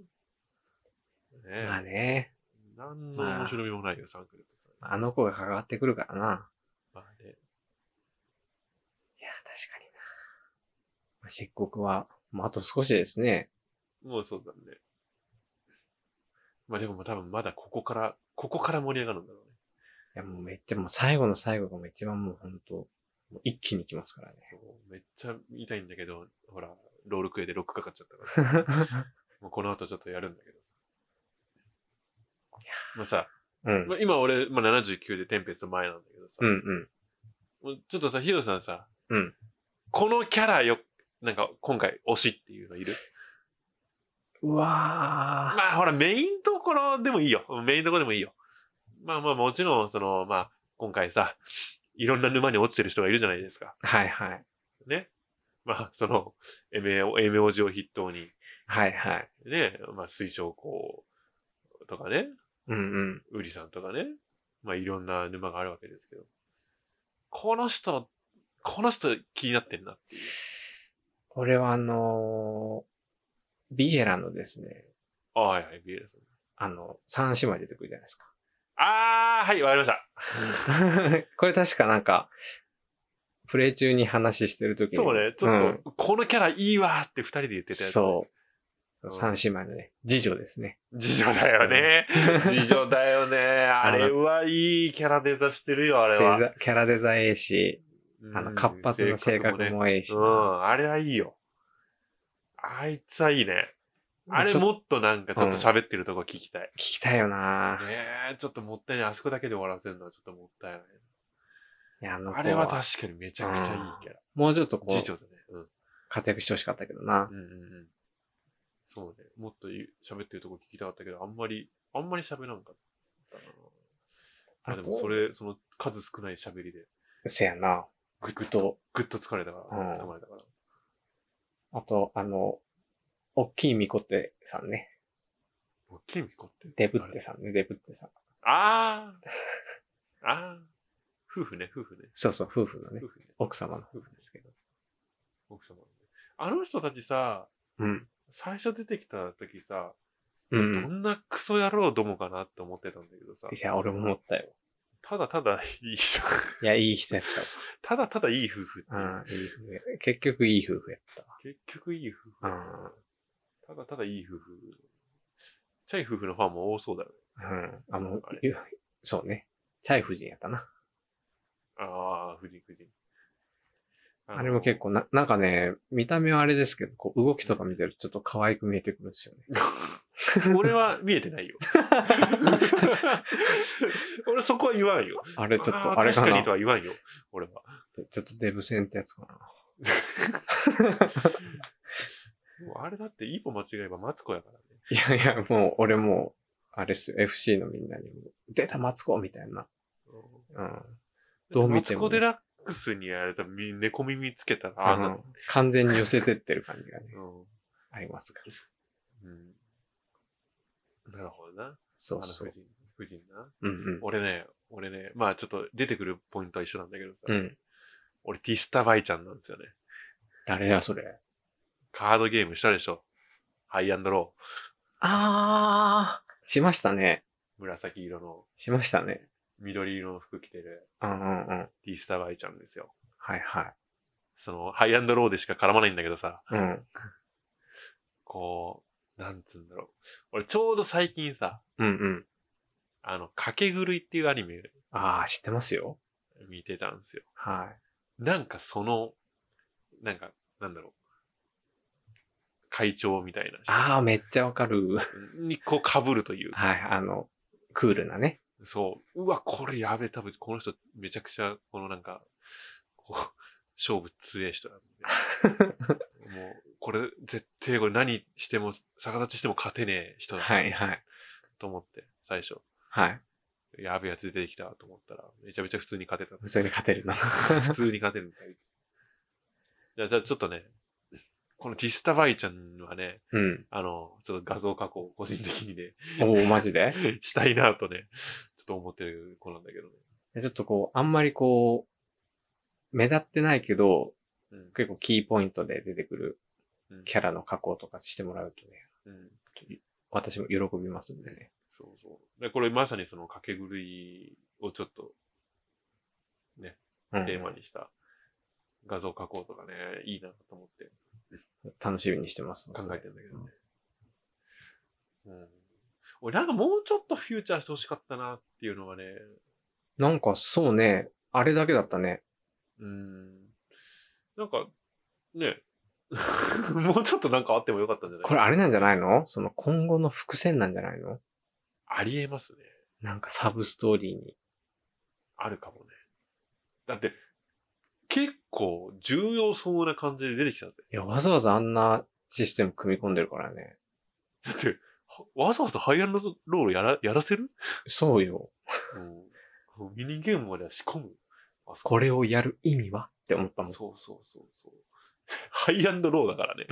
[SPEAKER 1] え
[SPEAKER 2] まあね、
[SPEAKER 1] 何の面白みもないよ、サンクレットさん。
[SPEAKER 2] あの子が関わってくるからな。
[SPEAKER 1] まあね。
[SPEAKER 2] いや、確かにな。漆黒は、まあ、あと少しですね。
[SPEAKER 1] もうそうだね。まあでも多分まだここから、ここから盛り上がるんだろうね。
[SPEAKER 2] いや、もうめっちゃ、もう最後の最後がもう一番もう本当もう一気に来ま すからね。
[SPEAKER 1] そうめっちゃ見たいんだけど、ほら、ロールクエでロックかかっちゃったから。もうこの後ちょっとやるんだけどさ。まあさ、
[SPEAKER 2] うん。
[SPEAKER 1] まあ、今俺、まあ、79でテンペスト前なんだけどさ、
[SPEAKER 2] うんうん。
[SPEAKER 1] もうちょっとさ、ヒロさんさ、
[SPEAKER 2] うん
[SPEAKER 1] このキャラよ、なんか今回推しっていうのいる
[SPEAKER 2] うわー。
[SPEAKER 1] まあほら、メインところでもいいよ。メインところでもいいよ。まあまあもちろん、その、まあ、今回さ、いろんな沼に落ちてる人がいるじゃないですか。
[SPEAKER 2] はいはい。
[SPEAKER 1] ね。まあ、その、エメオ、エメオジを筆頭に、
[SPEAKER 2] はいはい。
[SPEAKER 1] ね、まあ、水晶校とかね、
[SPEAKER 2] うんうん。
[SPEAKER 1] ウリさんとかね、まあ、いろんな沼があるわけですけど、この人、この人気になってんな。
[SPEAKER 2] 俺はあのービエラのですね、
[SPEAKER 1] ああ、はいはい、ビエルさん。
[SPEAKER 2] あの、三姉妹出てくるじゃないです
[SPEAKER 1] ああ、はい、わかりました。
[SPEAKER 2] か。これ確かなんか、プレイ中に話してるときに。
[SPEAKER 1] そうね、ちょ
[SPEAKER 2] ん
[SPEAKER 1] っと、このキャラいいわーって二人で言ってたやつ。
[SPEAKER 2] そう
[SPEAKER 1] うん。
[SPEAKER 2] 三姉妹のね、次女ですね。
[SPEAKER 1] 次女だよ ね。次女だよね。あれはいいキャラデザしてるよ、あれ
[SPEAKER 2] デ
[SPEAKER 1] は。
[SPEAKER 2] ザキャラデザええし、あ
[SPEAKER 1] う
[SPEAKER 2] の、
[SPEAKER 1] ん
[SPEAKER 2] 活発な性格もええし。
[SPEAKER 1] うん、あれはいいよ。あいつはいいね。あれ
[SPEAKER 2] そ聞
[SPEAKER 1] もっとなんかちょっと喋ってるとこ聞きたい。
[SPEAKER 2] きたいよな
[SPEAKER 1] ねえ、ちょっともったいない。あそこだけで終わらせるのはちょっともったいない。
[SPEAKER 2] いや、あの子
[SPEAKER 1] あれは確かにめちゃくちゃいいキャラ。
[SPEAKER 2] もうちょっとこ
[SPEAKER 1] 次女
[SPEAKER 2] う、
[SPEAKER 1] だね。うん。
[SPEAKER 2] 活躍してほしかったけどな
[SPEAKER 1] う。んうんうん。そうね。もっとい喋ってるとこ聞きたかったけど、あんまり、あんまり喋らんかったな。まあでもそれ、その数少ない喋りで、
[SPEAKER 2] せやなぐっと。
[SPEAKER 1] ぐっと疲れたから、
[SPEAKER 2] うん
[SPEAKER 1] 疲れたから。
[SPEAKER 2] あと、あの、大きいみこってさんね。
[SPEAKER 1] もう、キミコって。
[SPEAKER 2] デブってさんね、デブってさん。
[SPEAKER 1] ああ。ああ。夫婦ね、夫婦ね。
[SPEAKER 2] そうそう、夫婦のね
[SPEAKER 1] 夫、婦ね。
[SPEAKER 2] 奥様の夫婦ですけど。
[SPEAKER 1] 奥様ね。あの人たちさ、
[SPEAKER 2] うん。
[SPEAKER 1] 最初出てきた時さ、
[SPEAKER 2] う
[SPEAKER 1] ど
[SPEAKER 2] ん。
[SPEAKER 1] んなクソ野郎どもかなって思ってたんだけどさ、
[SPEAKER 2] いや、俺も思ったよ。
[SPEAKER 1] ただただいい人、
[SPEAKER 2] いや、いい人やった
[SPEAKER 1] だただいい夫婦って
[SPEAKER 2] た
[SPEAKER 1] いう
[SPEAKER 2] わ。。うん、いい夫婦や。結局いい夫婦やったわ。
[SPEAKER 1] 結局いい夫婦。
[SPEAKER 2] あ
[SPEAKER 1] ただただいい夫婦。チャイ夫婦のファンも多そうだよね。
[SPEAKER 2] うん。あの
[SPEAKER 1] あれ、
[SPEAKER 2] ゆそうね。チャイ夫人やったな。
[SPEAKER 1] ああ、夫人夫人。
[SPEAKER 2] あれも結構な、なんかね、見た目はあれですけど、こう、動きとか見てるとちょっと可愛く見えてくるんですよね。
[SPEAKER 1] 構。俺は見えて ないよ。俺そこは言わんよ。
[SPEAKER 2] あれちょっ
[SPEAKER 1] あー
[SPEAKER 2] と、あれか
[SPEAKER 1] 確か
[SPEAKER 2] な
[SPEAKER 1] にと。は言わんよ。俺は。
[SPEAKER 2] ちょっとデブ戦ってやつかな。
[SPEAKER 1] もうあれだって一歩間違えばマツコやからね。
[SPEAKER 2] いやいや、もう俺も、あれっすよ、FC のみんなにも、出たマツコみたいな。うん。どう見ても
[SPEAKER 1] マツコデラックスにやられたらみ猫耳つけたら、ああな
[SPEAKER 2] うん完全に寄せてってる感じがね、
[SPEAKER 1] うん。
[SPEAKER 2] ありますから。
[SPEAKER 1] うん。なるほどな。
[SPEAKER 2] そ
[SPEAKER 1] あ
[SPEAKER 2] う
[SPEAKER 1] の
[SPEAKER 2] そ
[SPEAKER 1] 夫
[SPEAKER 2] う。
[SPEAKER 1] 人、夫人な。
[SPEAKER 2] うんうん。
[SPEAKER 1] 俺ね、俺ね、まあちょっと出てくるポイントは一緒なんだけどさ、
[SPEAKER 2] うん。
[SPEAKER 1] 俺ティスタバイちゃんなんですよね。
[SPEAKER 2] 誰や、それ。
[SPEAKER 1] カードゲームしたでしょ。ハイアンドロ
[SPEAKER 2] あー、しましたね。
[SPEAKER 1] ー。紫色の、
[SPEAKER 2] しましたね。
[SPEAKER 1] 緑色の服着てる
[SPEAKER 2] うんうんうん。
[SPEAKER 1] ティスタバイちゃんですよ。
[SPEAKER 2] はいは
[SPEAKER 1] その、ハイアンドローでしか絡まないんだけどさ、
[SPEAKER 2] い。うん。
[SPEAKER 1] こう、なんつうんだろう。俺ちょうど最近さ、
[SPEAKER 2] うんうん。
[SPEAKER 1] あの、かけ狂いっていうアニメ
[SPEAKER 2] あー、知ってますよ。
[SPEAKER 1] 見てたんですよ。
[SPEAKER 2] は
[SPEAKER 1] なんかその、なんか、なんだろう。会長みたい
[SPEAKER 2] い。
[SPEAKER 1] な
[SPEAKER 2] あー、めっちゃわかる。
[SPEAKER 1] 人にこう被るというか、
[SPEAKER 2] はい、あの、クールなね。
[SPEAKER 1] そう。うわ、これやべえ、多分この人めちゃくちゃ、このなんか、こう、勝負強え人なん で。もう、これ絶対これ何しても、逆立ちしても勝てねえ人だ
[SPEAKER 2] はいはい。
[SPEAKER 1] と思って、最初。
[SPEAKER 2] はい。
[SPEAKER 1] やべえやつ出てきたと思ったら、めちゃめちゃ普通に勝て た。
[SPEAKER 2] 普通に勝てる な。
[SPEAKER 1] 普通に勝てるみたいです。じゃあ、じゃあちょっとね、このティスタバイちゃんはね、
[SPEAKER 2] うん。
[SPEAKER 1] あの、ちょっと画像加工を個人的にね、
[SPEAKER 2] おー、マジで
[SPEAKER 1] したいなとね、ちょっと思ってる子なんだけどね。
[SPEAKER 2] でちょっとこう、あんまりこう、目立ってないけど、
[SPEAKER 1] うん
[SPEAKER 2] 結構キーポイントで出てくる
[SPEAKER 1] うん
[SPEAKER 2] キャラの加工とかしてもらうとね、
[SPEAKER 1] うん
[SPEAKER 2] 私も喜びますんでね。
[SPEAKER 1] そうそう。で、これまさにその掛け狂いをちょっと
[SPEAKER 2] うん
[SPEAKER 1] テーマにした画像加工とかね、いいなと思って
[SPEAKER 2] 楽しみにしてます。
[SPEAKER 1] 考えてんだけどね。うん。俺なんかもうちょっとフューチャーしてほしかったなっていうのはね、
[SPEAKER 2] なんかそうね、あれだけだったね。
[SPEAKER 1] うん。なんか、ね、 もうちょっとなんかあってもよかったんじゃない
[SPEAKER 2] これあれなんじゃないのその今後の伏線なんじゃないの
[SPEAKER 1] ありえますね。
[SPEAKER 2] なんかサブストーリーに。
[SPEAKER 1] あるかもね。だって、結構重要そうな感じで出てきたぜ。
[SPEAKER 2] いや、わざわざあんなシステム組み込んでるからね。
[SPEAKER 1] だって、わざわざハイアンドロールやらやらせる、
[SPEAKER 2] そうよ。
[SPEAKER 1] うん、ミニゲームまでは仕込む。あそう
[SPEAKER 2] これをやる意味はって思ったもん。
[SPEAKER 1] そうそうそうそう。ハイアンドローだからね。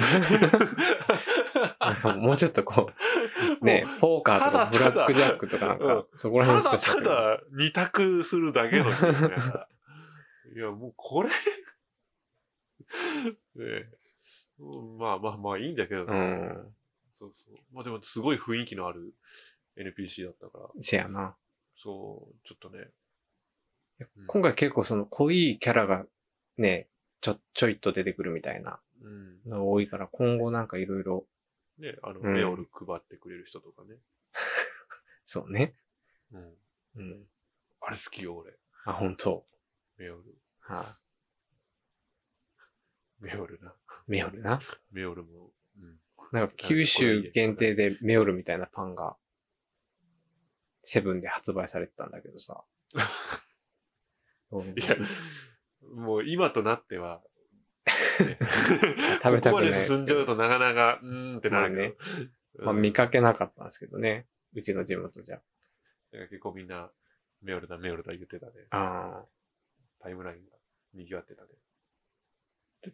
[SPEAKER 2] あ のもうちょっとこう、ね、ポーカーと
[SPEAKER 1] た
[SPEAKER 2] かブ
[SPEAKER 1] だただ
[SPEAKER 2] ラックジャックとかなん
[SPEAKER 1] う
[SPEAKER 2] か
[SPEAKER 1] ん、
[SPEAKER 2] そこ
[SPEAKER 1] も
[SPEAKER 2] ら
[SPEAKER 1] うた
[SPEAKER 2] 辺
[SPEAKER 1] だ
[SPEAKER 2] の人したけど
[SPEAKER 1] だ二択するだけのゲームだ から。いや、もうこれ ねえ、うんまあまあまあいいんだけど、
[SPEAKER 2] うん。
[SPEAKER 1] そうそう。まあでもすごい雰囲気のある NPC だったから、
[SPEAKER 2] せやな。
[SPEAKER 1] そう、ちょっとね。うん
[SPEAKER 2] 今回結構その濃いキャラがね、ちょ、ちょいっと出てくるみたいな
[SPEAKER 1] うん。
[SPEAKER 2] のが多いから、今後なんかいろいろ、
[SPEAKER 1] ね、あの、
[SPEAKER 2] うん
[SPEAKER 1] メオル配ってくれる人とかね。
[SPEAKER 2] そうね。
[SPEAKER 1] うん。
[SPEAKER 2] うん。
[SPEAKER 1] あれ好きよ、俺。
[SPEAKER 2] あ、本当
[SPEAKER 1] メオル。
[SPEAKER 2] はい、
[SPEAKER 1] メオルな。
[SPEAKER 2] メオルな。
[SPEAKER 1] メオルも。うん。
[SPEAKER 2] なんか九州限定でメオルみたいなパンが、セブンで発売されてたんだけ どさ。うん
[SPEAKER 1] いや、もう今となっては、ね
[SPEAKER 2] 食べたくないですけど
[SPEAKER 1] ここまで進んじゃうとなかなか、うーんってなるけど。
[SPEAKER 2] まあ
[SPEAKER 1] うん
[SPEAKER 2] 見かけなかったんですけどね。うちの地元じゃ。
[SPEAKER 1] なんか結構みんな、メオルだ、メオルだ言ってたね。
[SPEAKER 2] ああ。
[SPEAKER 1] タイムラインが賑わってたね。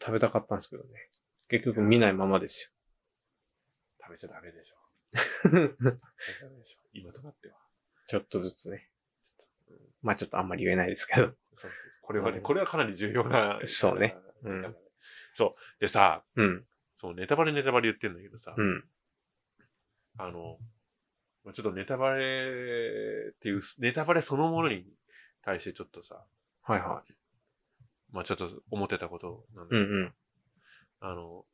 [SPEAKER 2] 食べたかったんですけどね。結局見ないままですよ。
[SPEAKER 1] 食べちゃダメでしょ。 食べちゃダメでしょ。今となっては。
[SPEAKER 2] ちょっとずつね。まあちょっとあんまり言えないですけど。
[SPEAKER 1] そうそう。これはね、
[SPEAKER 2] うん
[SPEAKER 1] これはかなり重要な。
[SPEAKER 2] そうね
[SPEAKER 1] だからね。
[SPEAKER 2] うん
[SPEAKER 1] そう。でさ、
[SPEAKER 2] うん。
[SPEAKER 1] そう、ネタバレネタバレ言ってんだけどさ、
[SPEAKER 2] うん。
[SPEAKER 1] あの、まあちょっとネタバレっていう、ネタバレそのものに対してちょっとさ、
[SPEAKER 2] はいは
[SPEAKER 1] まあちょっと思ってたことなんだ
[SPEAKER 2] い。う
[SPEAKER 1] けど、
[SPEAKER 2] ん
[SPEAKER 1] あの、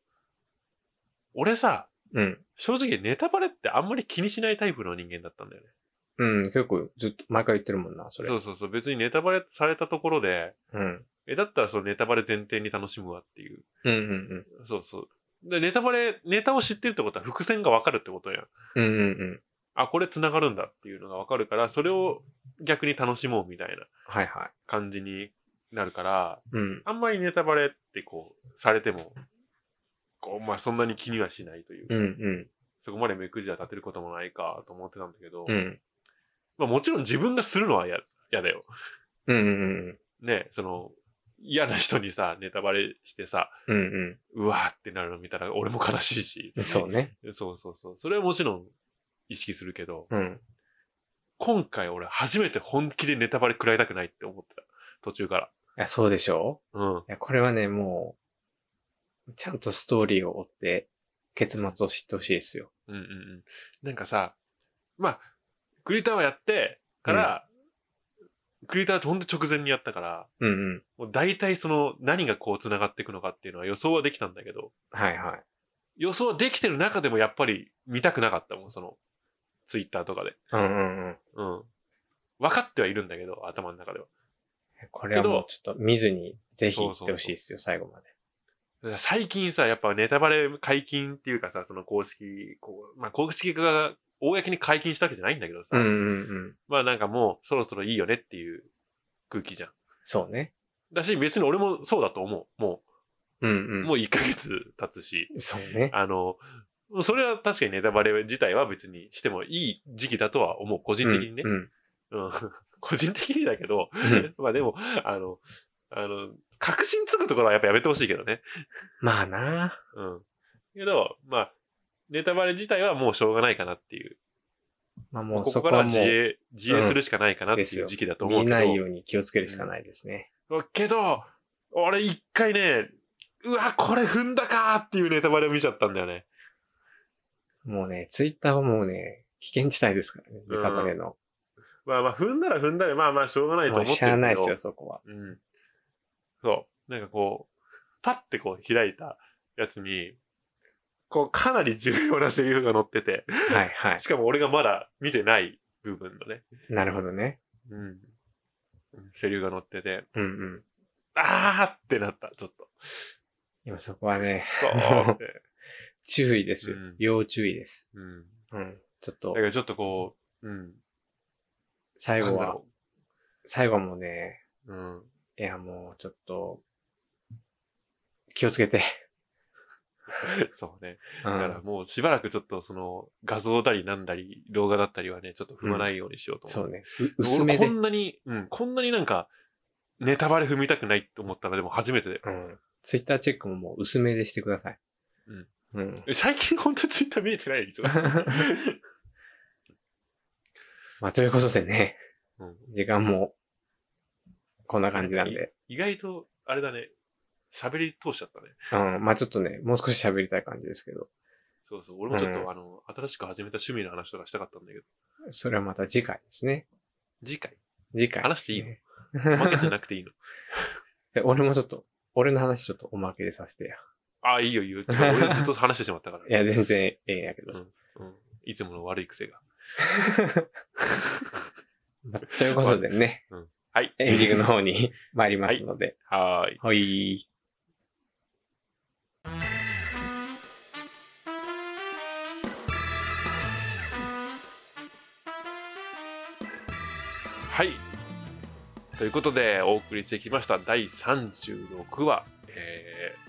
[SPEAKER 1] 俺さ、
[SPEAKER 2] うん。うん。
[SPEAKER 1] 正直ネタバレってあんまり気にしないタイプの人間だったんだよね。
[SPEAKER 2] うん、結構ずっと毎回言ってるもんな、それ。
[SPEAKER 1] そうそうそう、別にネタバレされたところで、
[SPEAKER 2] うん。
[SPEAKER 1] え、だったらそのネタバレ前提に楽しむわっていう。
[SPEAKER 2] うんうん
[SPEAKER 1] そうそう。で、ネタバレ、ネタを知ってるってことは伏線がわかるってことやん。
[SPEAKER 2] うん。うんうんうん。
[SPEAKER 1] あ、これ繋がるんだっていうのがわかるから、それを逆に楽しもうみたいな
[SPEAKER 2] はいはい。
[SPEAKER 1] 感じになるから、
[SPEAKER 2] うん。
[SPEAKER 1] あんまりネタバレってこう、されても、こう、まあそんなに気にはしないというか、
[SPEAKER 2] うんうん。
[SPEAKER 1] そこまで目くじは立てることもないかと思ってたんだけど、
[SPEAKER 2] うん。
[SPEAKER 1] まあもちろん自分がするのはや、やだよ。
[SPEAKER 2] うんうん
[SPEAKER 1] ね、その、嫌な人にさ、ネタバレしてさ、
[SPEAKER 2] うん。うん
[SPEAKER 1] うわーってなるの見たら俺も悲しいし
[SPEAKER 2] う。ん。そうね。
[SPEAKER 1] そうそうそう。それはもちろん意識するけど、
[SPEAKER 2] うん。
[SPEAKER 1] 今回俺初めて本気でネタバレ食らいたくないって思ってた。途中から。
[SPEAKER 2] いや、そうでしょ
[SPEAKER 1] うん。
[SPEAKER 2] ういや、これはね、もう、ちゃんとストーリーを追って、結末を知ってほしいですよ。
[SPEAKER 1] うんうんうん。なんかさ、まあ、クリーターはやってから、クリーターってほんと直前にやったから、
[SPEAKER 2] うんうん。
[SPEAKER 1] もう大体その何がこう繋がっていくのかっていうのは予想はできたんだけど、
[SPEAKER 2] はいはい。
[SPEAKER 1] 予想できてる中でもやっぱり見たくなかったもん、その、ツイッターとかで。
[SPEAKER 2] うんうんうん。
[SPEAKER 1] うん。分かってはいるんだけど、頭の中では。
[SPEAKER 2] これはもうちょっと見ずに、ぜひ
[SPEAKER 1] そ
[SPEAKER 2] 行
[SPEAKER 1] うそ
[SPEAKER 2] っ
[SPEAKER 1] うそう
[SPEAKER 2] てほしいですよ、最後まで。
[SPEAKER 1] 最近さ、やっぱネタバレ解禁っていうかさ、その公式、こうまあ、公式が公に解禁したわけじゃないんだけどさ、
[SPEAKER 2] うんうんうん。
[SPEAKER 1] まあなんかもうそろそろいいよねっていう空気じゃん。
[SPEAKER 2] そうね。
[SPEAKER 1] だし別に俺もそうだと思う。も
[SPEAKER 2] うんう
[SPEAKER 1] う、
[SPEAKER 2] ん。
[SPEAKER 1] もう1ヶ月経つし、
[SPEAKER 2] そうね。
[SPEAKER 1] あの、それは確かにネタバレ自体は別にしてもいい時期だとは思う。個人的にね
[SPEAKER 2] う。ん
[SPEAKER 1] うん 個人的にだけど、
[SPEAKER 2] う んうん。
[SPEAKER 1] まあでも、あの、あの、確信つくところはやっぱやめてほしいけどね。
[SPEAKER 2] まあな
[SPEAKER 1] うん。けど、まあ、ネタバレ自体はもうしょうがないかなっていう。
[SPEAKER 2] まあ
[SPEAKER 1] もう
[SPEAKER 2] もう
[SPEAKER 1] こ
[SPEAKER 2] そ
[SPEAKER 1] こ
[SPEAKER 2] こ
[SPEAKER 1] か
[SPEAKER 2] は
[SPEAKER 1] ら
[SPEAKER 2] も
[SPEAKER 1] 自
[SPEAKER 2] う、
[SPEAKER 1] 衛、自衛するしかないかなっていう時期だと思う
[SPEAKER 2] 見
[SPEAKER 1] けど。
[SPEAKER 2] ないように気をつけるしかないですね。
[SPEAKER 1] けど、俺一回ね、うわ、これ踏んだかーっていうネタバレを見ちゃったんだよね。
[SPEAKER 2] もうね、ツイッターはもうね、危険地帯ですからね、ネタバレの。
[SPEAKER 1] まあまあ、踏んだら踏んだら、まあまあ、しょうがないと
[SPEAKER 2] も
[SPEAKER 1] 思っ
[SPEAKER 2] う
[SPEAKER 1] てる
[SPEAKER 2] し
[SPEAKER 1] け
[SPEAKER 2] ゃ
[SPEAKER 1] ど。
[SPEAKER 2] あないですよ、そこは。
[SPEAKER 1] うん。そう。なんかこう、パッてこう開いたやつに、こう、かなり重要なセリフが載ってて、
[SPEAKER 2] はいはい。
[SPEAKER 1] しかも俺がまだ見てない部分のね、
[SPEAKER 2] なるほどね。
[SPEAKER 1] うん。セリフが載ってて、
[SPEAKER 2] うんうん。
[SPEAKER 1] あーってなった、ちょっと。
[SPEAKER 2] 今そこはね、
[SPEAKER 1] そうーって。
[SPEAKER 2] 注意ですよ
[SPEAKER 1] うん。
[SPEAKER 2] 要注意です。
[SPEAKER 1] うん。
[SPEAKER 2] うん。ちょっ
[SPEAKER 1] だ
[SPEAKER 2] と
[SPEAKER 1] か、らちょっとこう、うん。
[SPEAKER 2] 最後
[SPEAKER 1] なんだ
[SPEAKER 2] は
[SPEAKER 1] ろ、
[SPEAKER 2] 最後もね、
[SPEAKER 1] ううん。
[SPEAKER 2] いやもうちょっと、気をつ けて。
[SPEAKER 1] そうね。
[SPEAKER 2] う
[SPEAKER 1] だから
[SPEAKER 2] ん。
[SPEAKER 1] もうしばらくちょっとその画像だりなんだり動画だったりはね、ちょっと踏まないようにしようと
[SPEAKER 2] そ
[SPEAKER 1] 思う。
[SPEAKER 2] うね。う薄め
[SPEAKER 1] 俺
[SPEAKER 2] で。
[SPEAKER 1] こんなに、うん、こんなになんかネタバレ踏みたくないって思ったのでも初めてだよ。
[SPEAKER 2] うん。ツイッターチェックももう薄めでしてください。
[SPEAKER 1] うん。
[SPEAKER 2] うん。
[SPEAKER 1] え最近本当にツイッター見えてないですよ。
[SPEAKER 2] まあ、ということでね、
[SPEAKER 1] うん
[SPEAKER 2] 時間も、こんな感じなんで。
[SPEAKER 1] 意外と、あれだね、喋り通しちゃったね。
[SPEAKER 2] うん。まあ、ちょっとね、もう少し喋りたい感じですけど、
[SPEAKER 1] そうそう。俺もちょっと、
[SPEAKER 2] うん
[SPEAKER 1] あの、新しく始めた趣味の話とかしたかったんだけど、
[SPEAKER 2] それはまた次回ですね。
[SPEAKER 1] 次 回、
[SPEAKER 2] 次回、
[SPEAKER 1] 話していいの
[SPEAKER 2] ね。
[SPEAKER 1] おまけ じゃなくていいの
[SPEAKER 2] で俺もちょっと、俺の話ちょっとおまけでさせてや。
[SPEAKER 1] ああ、いいよ、いいよ。てか俺ずっと話してしまったから。
[SPEAKER 2] いや、全然ええんやけどさ。
[SPEAKER 1] うん。いつもの悪い癖が。
[SPEAKER 2] まあということでね、
[SPEAKER 1] はい。
[SPEAKER 2] エンディングの方に参りますので。
[SPEAKER 1] はーい。
[SPEAKER 2] はい。い、
[SPEAKER 1] はい。ということで、お送りしてきました第36話、えーえー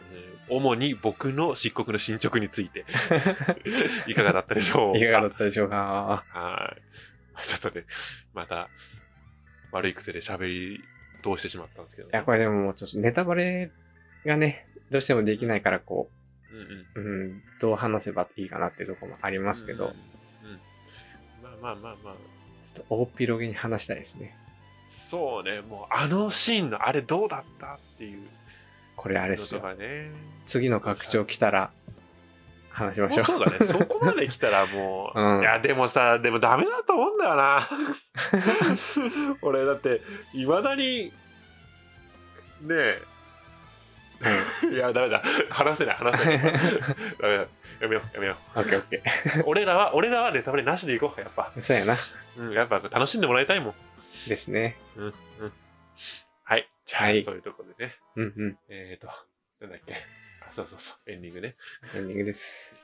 [SPEAKER 1] 主に僕の漆黒の進捗につい て、いかがだったでしょうか
[SPEAKER 2] かがだったでしょうか
[SPEAKER 1] はーい。ちょっとね、また、悪い癖で喋り通してしまったんですけど、
[SPEAKER 2] いや、これでももうちょっとネタバレがね、どうしてもできないから、こ
[SPEAKER 1] う
[SPEAKER 2] う、
[SPEAKER 1] んうん。
[SPEAKER 2] うん、どう話せばいいかなっていうところもありますけど、
[SPEAKER 1] うんうん。まあまあまあまあ、
[SPEAKER 2] ちょっと大広げに話したいですね。
[SPEAKER 1] そうね、もうあのシーンのあれどうだったっていう
[SPEAKER 2] これあれっ
[SPEAKER 1] の
[SPEAKER 2] す
[SPEAKER 1] と
[SPEAKER 2] よ。
[SPEAKER 1] かね。
[SPEAKER 2] 次の拡張来たら話しま
[SPEAKER 1] も
[SPEAKER 2] しょ
[SPEAKER 1] う
[SPEAKER 2] う。
[SPEAKER 1] そうだね、そこまで来たらもう、
[SPEAKER 2] うん
[SPEAKER 1] いや、でもさ、でもダメだと思うんだよ な。俺、だって、いまだに、ねえ、いや、ダメだ、話せない、話せ ない。ダメだ、やめよう、やめよ
[SPEAKER 2] オッケーオッケ
[SPEAKER 1] う。俺らは、俺らはネタバレなしでいこう、やっぱ。
[SPEAKER 2] ー。 そうやな。
[SPEAKER 1] うん、やっぱ楽しんでもらいたいもん。
[SPEAKER 2] ですね。
[SPEAKER 1] うん、うん。はい、じゃあ、
[SPEAKER 2] はい
[SPEAKER 1] そういうとこでね、
[SPEAKER 2] うんうん。
[SPEAKER 1] えーと、なんだっけ、あ、そうそうそう、エンディングね。
[SPEAKER 2] エンディングです。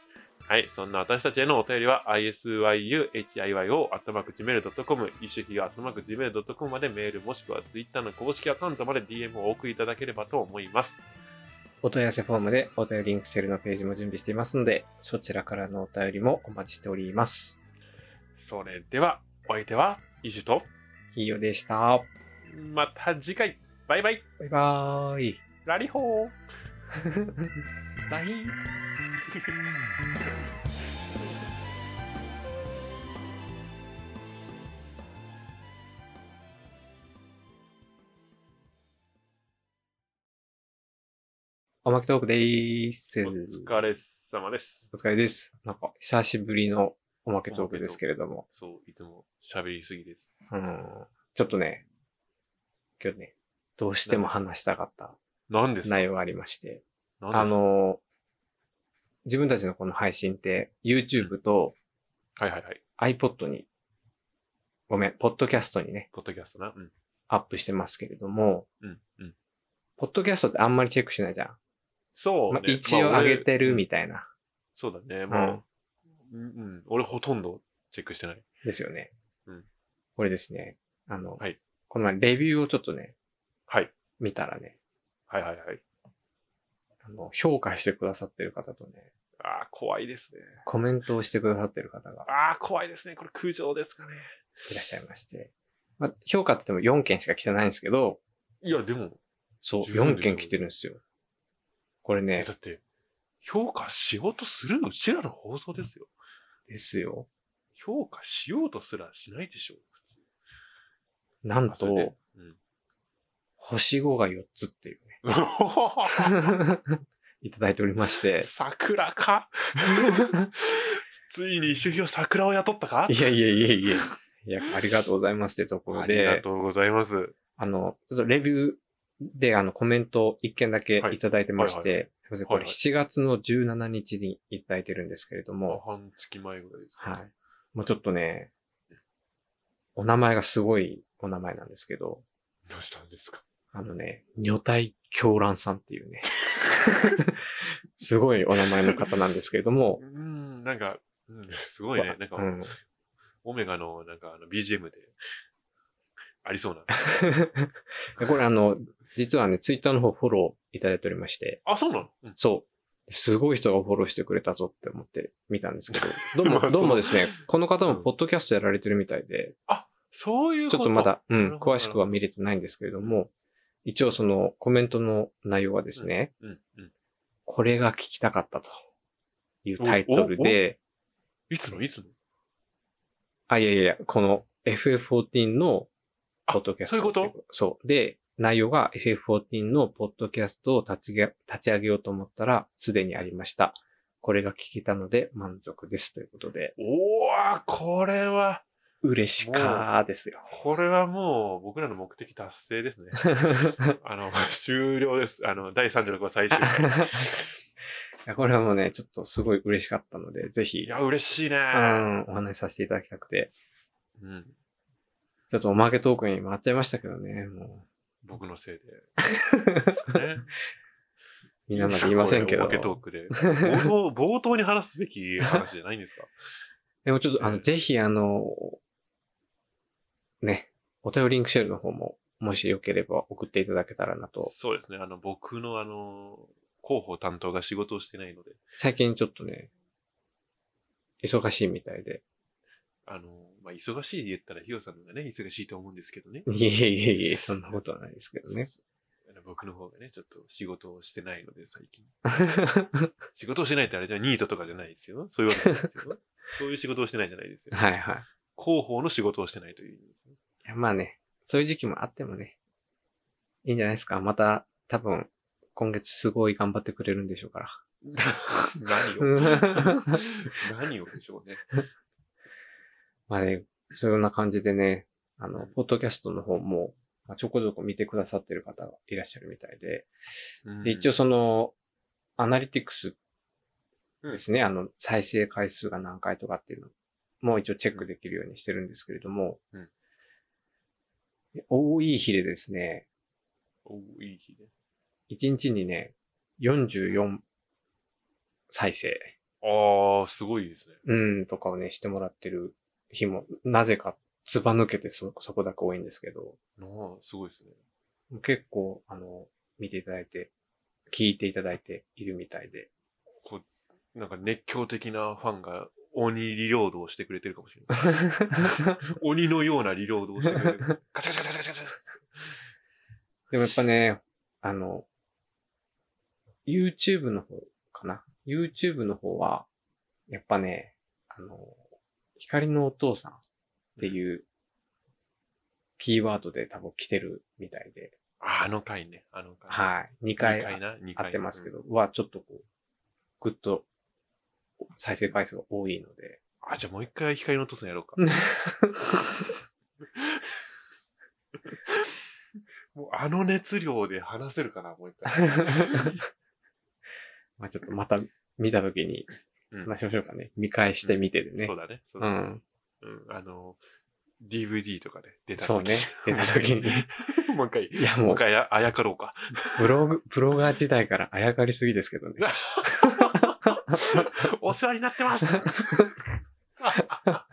[SPEAKER 1] はい。そんな私たちへのお便りは、isyuhiyo.gmail.com、一種費用 .gmail.com までメールもしくは Twitter の公式アカウントまで DM をお送りいただければと思います。
[SPEAKER 2] お問い合わせフォームでお便りリンクシェルのページも準備していますので、そちらからのお便りもお待ちしております。
[SPEAKER 1] それでは、お相手は、イジュと、
[SPEAKER 2] ひいよでした。
[SPEAKER 1] また次回、バイバイ、
[SPEAKER 2] バイバーイ。
[SPEAKER 1] ラリホーライン
[SPEAKER 2] おまけトークでーす。
[SPEAKER 1] お疲れ様です。
[SPEAKER 2] お疲れです。なんか、久しぶりのおまけトークですけれども。
[SPEAKER 1] そう、いつも喋りすぎです。
[SPEAKER 2] うん。ちょっとね、今日ね、どうしても話したかった
[SPEAKER 1] 何ですか
[SPEAKER 2] 内容がありまして。
[SPEAKER 1] 何
[SPEAKER 2] あ
[SPEAKER 1] ですか
[SPEAKER 2] の、自分たちのこの配信って、YouTube と
[SPEAKER 1] はいはいはい。
[SPEAKER 2] iPod に、ごめん、ポッドキャストにね、
[SPEAKER 1] ポッドキャストな。うん。
[SPEAKER 2] アップしてますけれども、
[SPEAKER 1] うん。うん。
[SPEAKER 2] ポッドキャストってあんまりチェックしないじゃん。
[SPEAKER 1] そう、
[SPEAKER 2] ま
[SPEAKER 1] ね
[SPEAKER 2] あ、一応
[SPEAKER 1] まあ
[SPEAKER 2] 上
[SPEAKER 1] 俺
[SPEAKER 2] げてるみたいな。
[SPEAKER 1] そうだね。もう、うん、うん。俺ほとんどチェックしてない。
[SPEAKER 2] ですよね。
[SPEAKER 1] うん
[SPEAKER 2] これですね。あの、
[SPEAKER 1] はい
[SPEAKER 2] この前レビューをちょっとね、
[SPEAKER 1] はい。
[SPEAKER 2] 見たらね、
[SPEAKER 1] はいはいはい。
[SPEAKER 2] あの評価してくださってる方とね、
[SPEAKER 1] ああ、怖いですね。
[SPEAKER 2] コメントをしてくださってる方が
[SPEAKER 1] ああ、怖いですね。これ空情ですかね。
[SPEAKER 2] いらっしゃいまして、まあ、評価って言っても4件しか来てないんですけど、
[SPEAKER 1] いや、でも、
[SPEAKER 2] そう、
[SPEAKER 1] 十分
[SPEAKER 2] 4
[SPEAKER 1] でしょ
[SPEAKER 2] 件来てるんですよ。これ
[SPEAKER 1] え
[SPEAKER 2] ね
[SPEAKER 1] だ、って、評価しようとするうちらの放送ですよ。
[SPEAKER 2] ですよ。
[SPEAKER 1] 評価しようとすらしないでしょ。
[SPEAKER 2] なん
[SPEAKER 1] あそれ
[SPEAKER 2] と
[SPEAKER 1] で、うん。
[SPEAKER 2] 星5が4つっていう
[SPEAKER 1] おほほほ
[SPEAKER 2] ね。 いただいておりまして。
[SPEAKER 1] 桜かついに主義は桜を雇ったか
[SPEAKER 2] いやいやいやいや。いや、ありがとうございますってところ
[SPEAKER 1] ありが
[SPEAKER 2] で、
[SPEAKER 1] とうございます。
[SPEAKER 2] あの、ちょっとレビューであのコメント1件だけいただいてまして、
[SPEAKER 1] はいは
[SPEAKER 2] すいません、こ
[SPEAKER 1] はい
[SPEAKER 2] れ
[SPEAKER 1] はい
[SPEAKER 2] 7月の17日にいただいてるんですけれども、
[SPEAKER 1] 半月前ぐらいですか
[SPEAKER 2] は
[SPEAKER 1] ね、
[SPEAKER 2] い。もうちょっとね、お名前がすごいお名前なんですけど、
[SPEAKER 1] どうしたんですか
[SPEAKER 2] あのね、女体狂乱さんっていうね、 すごいお名前の方なんですけれども
[SPEAKER 1] う、ん、なんか、うん、 すごいね。なんか、
[SPEAKER 2] うん、
[SPEAKER 1] オメガの、なんか、あの、BGM で、 ありそうな。
[SPEAKER 2] でこれあの、実はね、ツイッターの方フォローいただいておりまして、
[SPEAKER 1] あ、そうなのうん。
[SPEAKER 2] そう。すごい人がフォローしてくれたぞって思って見たんですけ ど、どう
[SPEAKER 1] まあ
[SPEAKER 2] も、どうもですね
[SPEAKER 1] そ、
[SPEAKER 2] この方も
[SPEAKER 1] うん
[SPEAKER 2] ポッドキャストやられてるみたいで、
[SPEAKER 1] そういうこ
[SPEAKER 2] ちょ
[SPEAKER 1] と
[SPEAKER 2] っとまだ、う
[SPEAKER 1] なる
[SPEAKER 2] ん、
[SPEAKER 1] ほど
[SPEAKER 2] 詳しくは見れてないんですけれども、一応そのコメントの内容はですね、
[SPEAKER 1] うん、うん。
[SPEAKER 2] これが聞きたかったというタイトルで、
[SPEAKER 1] いつのいつの
[SPEAKER 2] あ、いやいやいや、この FF14 のポッドキャスト。
[SPEAKER 1] あそういうこと
[SPEAKER 2] そう。で、内容が FF14 のポッドキャストを立ちげ立ち上げようと思ったら、すでにありました。これが聞けたので満足ですということで、
[SPEAKER 1] おー、これは、
[SPEAKER 2] 嬉しかーですよ。
[SPEAKER 1] これはもう、僕らの目的達成です ね。あの、終了です。あの、第36話最終 回。
[SPEAKER 2] いやこれはもうね、ちょっとすごい嬉しかったので、ぜひ
[SPEAKER 1] い、や、嬉しいうね。
[SPEAKER 2] ん、お話しさせていただきたくて、
[SPEAKER 1] うん。
[SPEAKER 2] ちょっとおまけトークに回っちゃいましたけどね、も
[SPEAKER 1] 僕のせいで。 ですか ね。
[SPEAKER 2] う、みんなまで言いませんけ
[SPEAKER 1] い
[SPEAKER 2] ど
[SPEAKER 1] い。ですかこれおまけトークで。冒頭、冒頭に話すべき話じゃないんですか
[SPEAKER 2] でもちょっと、あ
[SPEAKER 1] え
[SPEAKER 2] の、
[SPEAKER 1] え
[SPEAKER 2] ぜひ、あの、ね、お便りリンクシェルの方も、もしよければ送っていただけたらなと。
[SPEAKER 1] そうですね。あの、僕のあの、広報担当が仕事をしてないので、
[SPEAKER 2] 最近ちょっとね、忙しいみたいで。
[SPEAKER 1] あの、まあ、忙しいで言ったらヒヨさんのがね、忙しいと思うんですけどね。
[SPEAKER 2] いえいえいえいえ、そんなことはないですけどね。
[SPEAKER 1] そうそうあの僕の方がね、ちょっと仕事をしてないので、最近。仕事をしてないってあれじゃニートとかじゃないですよ。そういうわけじゃないです よ。そういう仕事をしてないじゃないですよ。
[SPEAKER 2] はいはい。
[SPEAKER 1] 広報の仕事をしてないという意味ですね。
[SPEAKER 2] いやまあね、そういう時期もあってもね、いいんじゃないですか。また、多分、今月すごい頑張ってくれるんでしょうから。
[SPEAKER 1] 何
[SPEAKER 2] う
[SPEAKER 1] を
[SPEAKER 2] ん
[SPEAKER 1] 何をでしょうね。
[SPEAKER 2] まあね、そんな感じでね、あの、ポッドキャストの方も、まあ、ちょこちょこ見てくださってる方がいらっしゃるみたいで、
[SPEAKER 1] うん
[SPEAKER 2] で一応その、アナリティクスですね、あの、再生回数が何回とかっていうのも一応チェックできるようにしてるんですけれども、
[SPEAKER 1] うん
[SPEAKER 2] 多い日でですね、
[SPEAKER 1] おいい日ね。
[SPEAKER 2] 1日にね、44再生、
[SPEAKER 1] ああ、すごいですね。
[SPEAKER 2] うん、とかをね、してもらってる日も、なぜか、ずば抜けてそ、そこだけ多いんですけど、
[SPEAKER 1] なあ、すごいですね。
[SPEAKER 2] 結構、あの、見ていただいて、聞いていただいているみた いで。
[SPEAKER 1] なんか熱狂的なファンが鬼リロードをしてくれてるかもしれ ない。鬼のようなリロードをしてくれて る。ガチャガチャガチャガチャガチャガチ
[SPEAKER 2] でもやっぱね、あの、YouTube の方かな。YouTube の方は、やっぱね、あの、光のお父さんっていうキーワードで多分来てるみたいで、
[SPEAKER 1] ャ。ああの回ね。あの回。
[SPEAKER 2] はい。2
[SPEAKER 1] 二回
[SPEAKER 2] 回あ
[SPEAKER 1] な、二回な。
[SPEAKER 2] 合ってますけ
[SPEAKER 1] うん。
[SPEAKER 2] ど、はちょっとこう、ぐっと再生回数が多いので、
[SPEAKER 1] あ、じゃあもう一回光のお父さんやろうか。 もうあの熱量で話せるかな、もう一回。
[SPEAKER 2] まあちょっとまた見た時に
[SPEAKER 1] うん
[SPEAKER 2] 話しましょうかね。見返してみてでね
[SPEAKER 1] そう。だね。そう
[SPEAKER 2] う
[SPEAKER 1] だね
[SPEAKER 2] ん。
[SPEAKER 1] うん。あの、DVD とかで出た時
[SPEAKER 2] そうね。出た 時に。
[SPEAKER 1] もう一回、
[SPEAKER 2] いや
[SPEAKER 1] も
[SPEAKER 2] も
[SPEAKER 1] う
[SPEAKER 2] う
[SPEAKER 1] 一、回ああやかろうか。
[SPEAKER 2] ブログ、ブロガー時代からあやかりすぎですけど ね。
[SPEAKER 1] お世話になってますあ